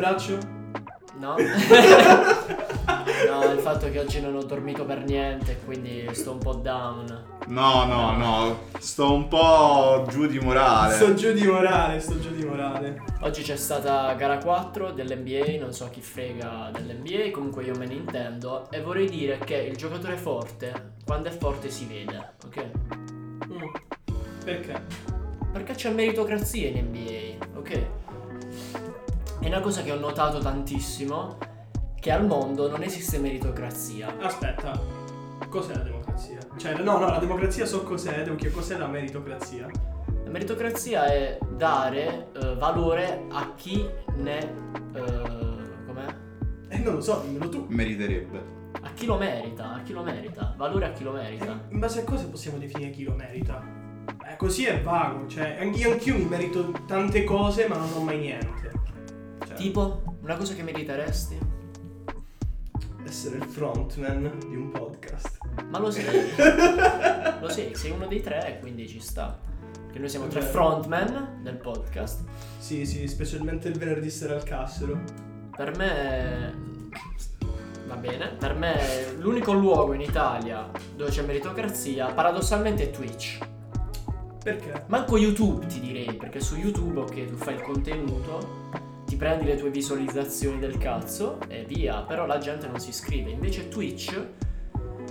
calcio? No. no, il fatto che oggi non ho dormito per niente, quindi sto un po' down. No, no, no. Sto un po' giù di morale. Sto giù di morale, sto giù di morale. Oggi c'è stata gara 4 dell'NBA, non so chi frega dell'NBA, comunque io me ne intendo. E vorrei dire che il giocatore forte, quando è forte si vede, ok? Mm. Perché? Perché c'è meritocrazia in NBA, ok? È una cosa che ho notato tantissimo, che al mondo non esiste meritocrazia. Aspetta, cos'è la democrazia? Cioè, no, no, la democrazia so cos'è, devo chiedere cos'è la meritocrazia. La meritocrazia è dare eh, valore a chi ne... eh, com'è? E non lo so, dimmelo tu. Meriterebbe. A chi lo merita, a chi lo merita, valore a chi lo merita. In base a cosa possiamo definire chi lo merita? Eh, così è vago, cioè, anch'io, anch'io mi merito tante cose, ma non ho mai niente. Cioè, Tipo, una cosa che meriteresti? essere il frontman di un podcast. Ma lo sei. lo sei, sei uno dei tre, quindi ci sta. Che noi siamo tre Vero. frontman del podcast. Sì, sì, specialmente il venerdì sera al Cassero. Per me va bene, per me l'unico luogo in Italia dove c'è meritocrazia paradossalmente è Twitch. Perché? Manco YouTube ti direi, perché su YouTube ok, tu fai il contenuto, ti prendi le tue visualizzazioni del cazzo e via, però la gente non si iscrive. Invece Twitch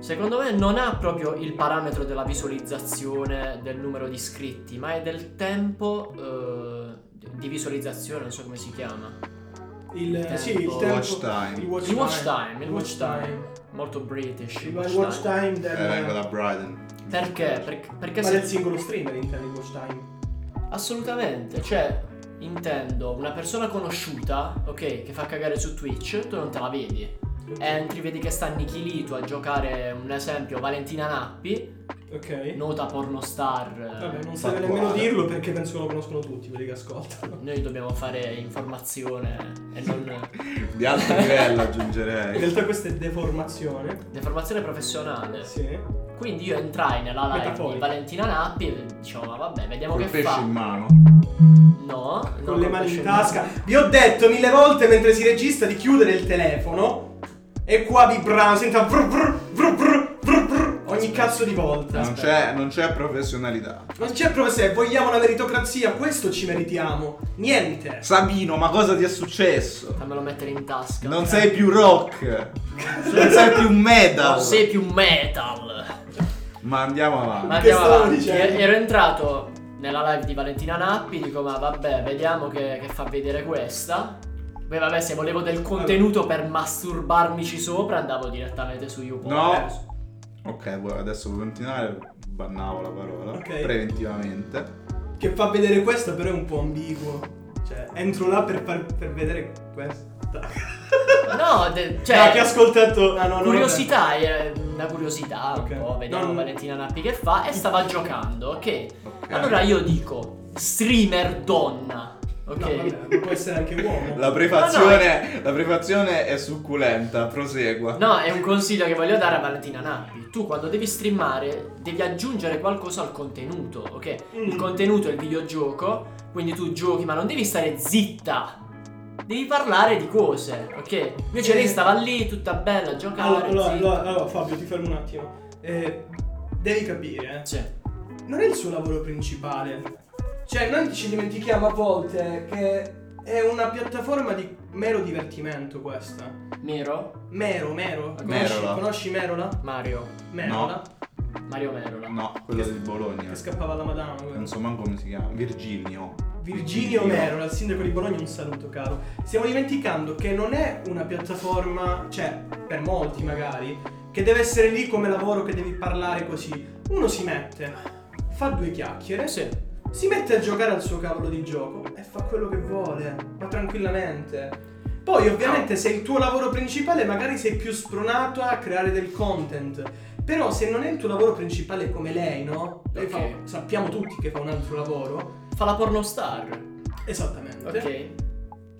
secondo me non ha proprio il parametro della visualizzazione del numero di iscritti, ma è del tempo eh, di visualizzazione, non so come si chiama. Il, Il sì, il tempo. tempo. Watch time. Il watch Il watch time. time, il watch time. Molto British. Il watch time. Il watch time del. Eh, vengo da Brighton. Perché? Perché, perché ma se- del singolo streamer intendo il watch time. Assolutamente, cioè intendo una persona conosciuta, ok, che fa cagare su Twitch, tu non te la vedi. Entri, vedi che sta annichilito a giocare, un esempio, Valentina Nappi, Ok. nota pornostar. eh, Vabbè, non serve Fattuale. nemmeno dirlo perché penso che lo conoscono tutti quelli che ascoltano. Noi dobbiamo fare informazione e non Di alto livello aggiungerei. In realtà questa è deformazione. deformazione professionale. Sì. Quindi io entrai nella live di Metaforica. Valentina Nappi e dicevo, ma vabbè, vediamo Col che pesce fa. in mano. No, no, con le mani pesce in tasca. Vi ho detto mille volte mentre si registra di chiudere il telefono. E qua vibrano, senta vrr, vrr, vrr, vrr, vrr, vrr, ogni Aspetta. cazzo di volta. Non c'è, non c'è professionalità. Non c'è proprio se vogliamo la meritocrazia, questo ci meritiamo. Niente. Sabino, ma cosa ti è successo? Fammelo mettere in tasca. Non sei più rock. Non sei più metal. Non sei più metal. Ma andiamo avanti. Ma Che andiamo stavo avanti. dicendo? E- Ero entrato nella live di Valentina Nappi, dico ma vabbè, vediamo che, che fa vedere questa. Poi vabbè, se volevo del contenuto per masturbarmici sopra, andavo direttamente su YouPorn. No. Ok, vuoi- adesso vuoi continuare? Bannavo la parola. Ok. Preventivamente. Che fa vedere questo però è un po' ambiguo. Cioè, entro là per, far, per vedere questa. No, de- Cioè, cioè, che ho ascoltato. Ah, no, no, curiosità, eh, una curiosità Ok. un po', vediamo No, no. Valentina Nappi che fa e stava giocando, ok? Ok. Allora io dico, streamer donna, ok? vabbè. No, vabbè, può essere anche uomo. La prefazione, la prefazione è succulenta, prosegua. No, è un consiglio che voglio dare a Valentina Nappi. Tu quando devi streamare devi aggiungere qualcosa al contenuto, ok? Il Mm. contenuto è il videogioco, quindi tu giochi ma non devi stare zitta. Devi parlare di cose, ok? Invece lei stava lì tutta bella a giocare. Eh. Allora, allora, zitta. allora, allora, Fabio, ti fermo un attimo. Eh, devi capire, eh. Cioè, non è il suo lavoro principale. Cioè, noi ci dimentichiamo a volte che è una piattaforma di mero divertimento questa. Mero, Mero, mero. Conosci, Merola. conosci Merola? Mario, Merola. Mario Merola. No, quello di Bologna. Che scappava alla Madama. quello. Non so manco come si chiama. Virginio. Virgilio Merola, il sindaco di Bologna, un saluto caro. Stiamo dimenticando che non è una piattaforma, cioè, per molti magari, che deve essere lì come lavoro, che devi parlare così. Uno si mette, fa due chiacchiere, Sì. Si mette a giocare al suo cavolo di gioco e fa quello che vuole, ma tranquillamente. Poi, ovviamente, se è il tuo lavoro principale, magari sei più spronato a creare del content. Però, se non è il tuo lavoro principale come lei, no? Lei fa- Ok. sappiamo tutti che fa un altro lavoro. Fa la pornostar. Esattamente. Ok.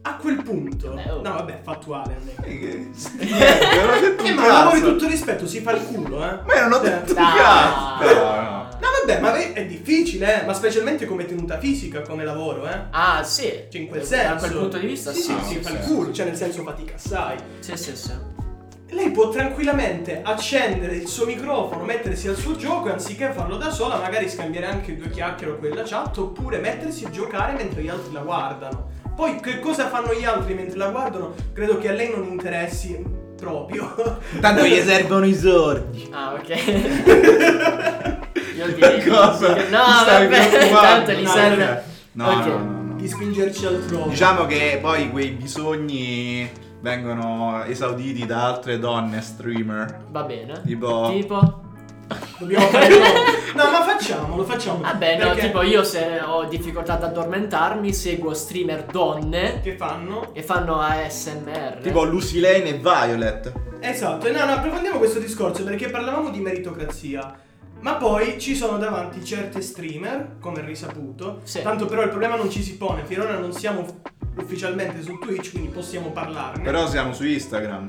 A quel punto. Vabbè, oh. No, vabbè, fattuale. non è- Eh, che- Niente, non ho detto Eh, un ma lavori cazzo. tutto rispetto, si fa il culo, eh. Ma io non ho Cioè, detto un dai. cazzo. No, no. No, Vabbè, ma ve- è difficile, eh, ma specialmente come tenuta fisica, come lavoro, eh. Ah, sì. Cioè, in quel Da- senso. Da quel punto di vista, sì. sì. Sì, sì, sì, fa il sì. culo, cioè nel senso fatica assai. Sì, sì, sì. Lei può tranquillamente accendere il suo microfono, mettersi al suo gioco e anziché farlo da sola, magari scambiare anche due chiacchiere o quella chat, oppure mettersi a giocare mentre gli altri la guardano. Poi che cosa fanno gli altri mentre la guardano? Credo che a lei non interessi proprio. Tanto gli servono i sordi. Ah, ok. Io direi Cosa? che- Ti No, stavi vabbè, preoccupando? tanto gli No, serve. No, Ok. no, no, no. di spingerci altrove. Diciamo che poi quei bisogni vengono esauditi da altre donne streamer. Va bene. Tipo- Tipo? Dobbiamo fare No, ma facciamolo, facciamolo. Vabbè, no, Perché- tipo io se ho difficoltà ad addormentarmi, seguo streamer donne Che fanno? che fanno ASMR. Tipo Lucy Lane e Violet. Esatto, no, no, approfondiamo questo discorso perché parlavamo di meritocrazia. Ma poi ci sono davanti certe streamer, come risaputo. Sì. Tanto però il problema non ci si pone, finora non siamo ufficialmente su Twitch, quindi possiamo parlarne. Però siamo su Instagram.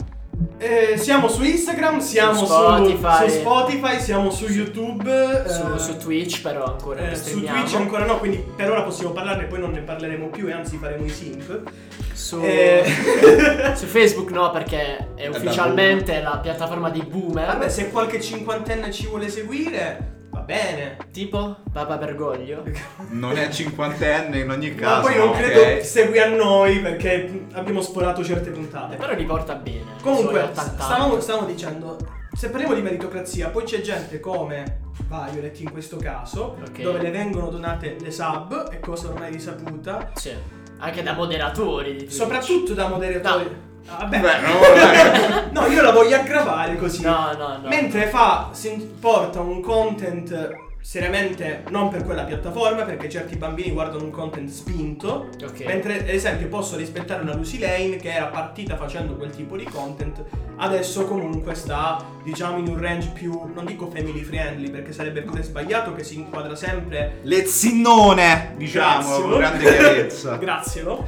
Eh, siamo su Instagram, siamo su Spotify. su Spotify, siamo su YouTube. su, eh, su Twitch però ancora non eh, su streamiamo. Twitch ancora no, quindi per ora possiamo parlarne, poi non ne parleremo più e anzi faremo i sync. Su- Eh, su Facebook no, perché è da ufficialmente la piattaforma di boomer. Vabbè, se qualche cinquantenne ci vuole seguire, va bene. Tipo Papa Bergoglio. Non è cinquantenne in ogni Ma caso. poi non ok? credo segui a noi perché abbiamo sporato certe puntate. Però li porta bene. Comunque, i suoi 80 anni. stavamo, stavamo dicendo, se parliamo di meritocrazia, poi c'è gente come Violet in questo caso, Ok. dove le vengono donate le sub, e cosa ormai risaputa, Sì. Anche da moderatori di Twitch. soprattutto da moderatori. Ah, Vabbè, Beh, no, vabbè. no, io la voglio aggravare così. No, no, no. Mentre fa, si porta un content seriamente non per quella piattaforma, perché certi bambini guardano un content spinto. Ok. Mentre, ad esempio, posso rispettare una Lucy Lane che era partita facendo quel tipo di content, adesso comunque sta, diciamo, in un range più, non dico family friendly, perché sarebbe pure sbagliato che si inquadra sempre. Lezzinnone, diciamo, Grazie. con grande chiarezza. Grazie, no?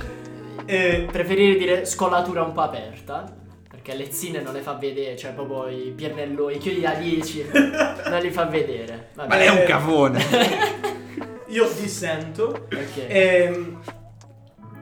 Eh, Preferire dire scolatura un po' aperta. Perché le zine non le fa vedere, cioè proprio i piernelloni, i chiodi da 10 non li fa vedere. Vabbè. Ma lei è un cafone. io dissento. Ok. Ehm,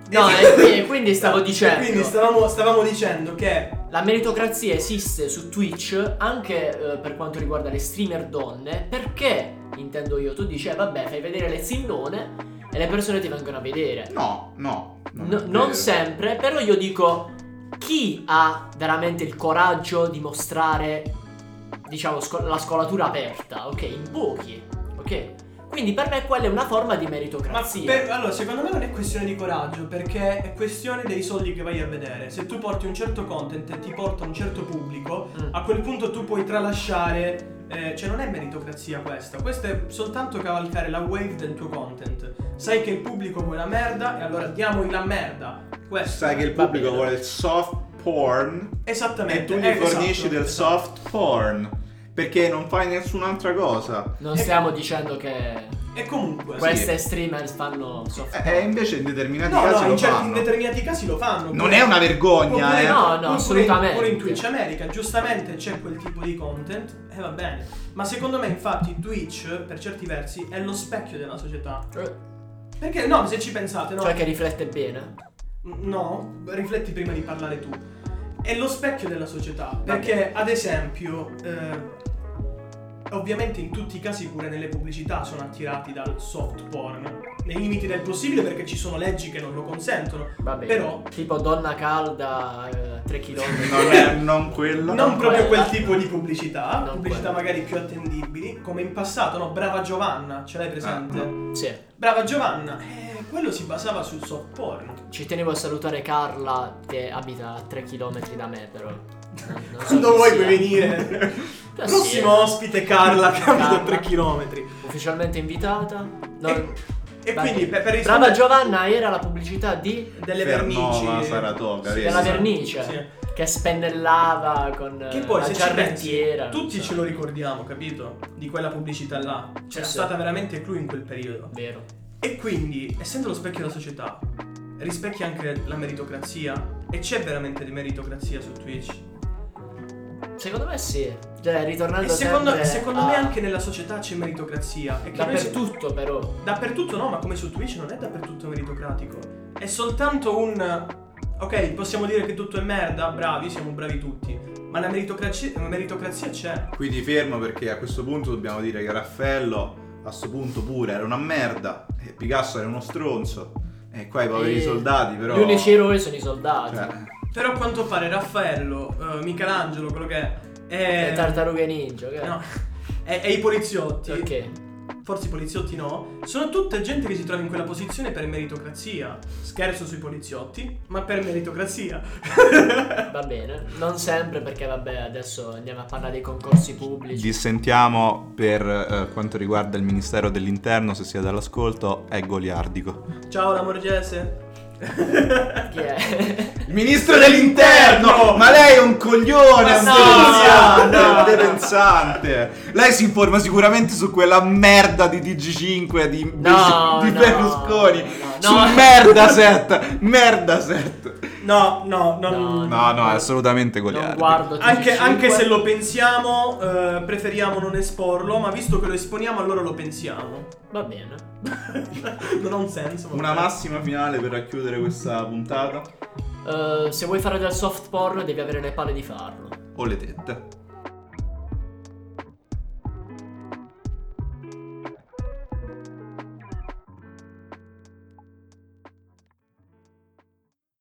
No, e qui- quindi stavo dicendo. Quindi stavamo, stavamo dicendo che La meritocrazia esiste su Twitch anche eh, per quanto riguarda le streamer donne, perché intendo io, tu dici, "Eh, vabbè, fai vedere le zinnone e le persone ti vengono a vedere. No, no. No- è non vero. sempre, però io dico, chi ha veramente il coraggio di mostrare, diciamo, sco- la scolatura aperta, ok? In pochi, ok? Quindi per me quella è una forma di Ma meritocrazia. per- allora, secondo me non è questione di coraggio, perché è questione dei soldi che vai a vedere. Se tu porti un certo content e ti porta un certo pubblico, Mm. a quel punto tu puoi tralasciare. eh, cioè, non è meritocrazia questa, questo è soltanto cavalcare la wave del tuo content. Sai che il pubblico vuole la merda, e allora diamogli la merda. Questo Sai che il Va pubblico bene. vuole il soft porn e esattamente tu gli eh, fornisci esatto, del esatto. soft porn. Perché non fai nessun'altra cosa. Non stiamo dicendo che E comunque, queste streamer fanno soft E e Eh, invece in determinati no, casi no, lo in, certi- in fanno. determinati casi lo fanno. Non è una vergogna, Oppure eh. no, no, oppure- assolutamente. Oppure in Twitch America, giustamente c'è quel tipo di content e va bene. Ma secondo me, infatti, Twitch, per certi versi, è lo specchio della società. Eh, Perché no, se ci pensate, no? Cioè che riflette bene. No, rifletti prima di parlare tu. È lo specchio della società. Perché, ad esempio, eh, ovviamente in tutti i casi, pure nelle pubblicità, sono attirati dal soft porn. Nei limiti del possibile, perché ci sono leggi che non lo consentono. Va bene. Però- Tipo donna calda, eh, 3 km. Non è non quello. Non proprio quella. quel tipo di pubblicità, Non pubblicità quella. magari più attendibili, come in passato, no? Brava Giovanna, ce l'hai presente? Ah, Sì. Brava Giovanna, eh, quello si basava sul soft porn. Ci tenevo a salutare Carla che abita a 3 km da me però. Non- non so Quando chi vuoi sia. puoi venire. Eh, sì, Prossimo ospite Carla, che abita Carla. 3 km. Ufficialmente invitata. No, E, e va quindi bene. per, per Brava rispondere Giovanna era la pubblicità di delle vernici... Fernova, Saratoga, Sì, vedi? della esatto, vernice sì. che spennellava con eh, Che poi la se ci pensi, giarrettiera. tutti non so. ce lo ricordiamo, capito? Di quella pubblicità là. C'era Sì, sì. stata veramente clou in quel periodo. Vero. E quindi, essendo lo specchio della società, rispecchia anche la meritocrazia? E c'è veramente di meritocrazia su Twitch? Secondo me sì. Cioè, E ritornando secondo, sempre secondo a- me anche nella società c'è meritocrazia. E che noi si- Dappertutto però. Dappertutto no, ma come su Twitch non è dappertutto meritocratico. È soltanto un... Ok, possiamo dire che tutto è merda, bravi, siamo bravi tutti. Ma la meritocrazia, la meritocrazia c'è. Quindi fermo perché a questo punto dobbiamo dire che Raffaello a sto punto pure era una merda, e Picasso era uno stronzo, e qua i poveri Eh, E- soldati però... Eh, Gli unici eroi sono i soldati. Cioè, Però a quanto pare Raffaello, eh, Michelangelo, quello che è... Le È... tartarughe ninja, ok? no, è, è i poliziotti. Ok. Forse i poliziotti no. Sono tutta gente che si trova in quella posizione per meritocrazia. Scherzo sui poliziotti, ma per meritocrazia. Va bene, non sempre perché vabbè adesso andiamo a parlare dei concorsi pubblici. Dissentiamo per eh, quanto riguarda il Ministero dell'Interno, se siete all'ascolto, è goliardico. Ciao la Morgese. Chi è? Il Ministro dell'Interno! Ma lei è un coglione, Ma è un no, demenziante, no, è un no. depensante. Lei si informa sicuramente su quella merda di DG5 di, No, di no, Berlusconi, no, su no. Merdaset, Merdaset. No, no, no. No, No, no, è assolutamente Non goliardico. guardo Anche, TG5. anche se lo pensiamo, eh, preferiamo non esporlo, ma visto che lo esponiamo allora lo pensiamo. Va bene. non ha un senso. ma- Una massima finale per racchiudere questa puntata Eh, se vuoi fare del soft porn devi avere le palle di farlo. o le tette?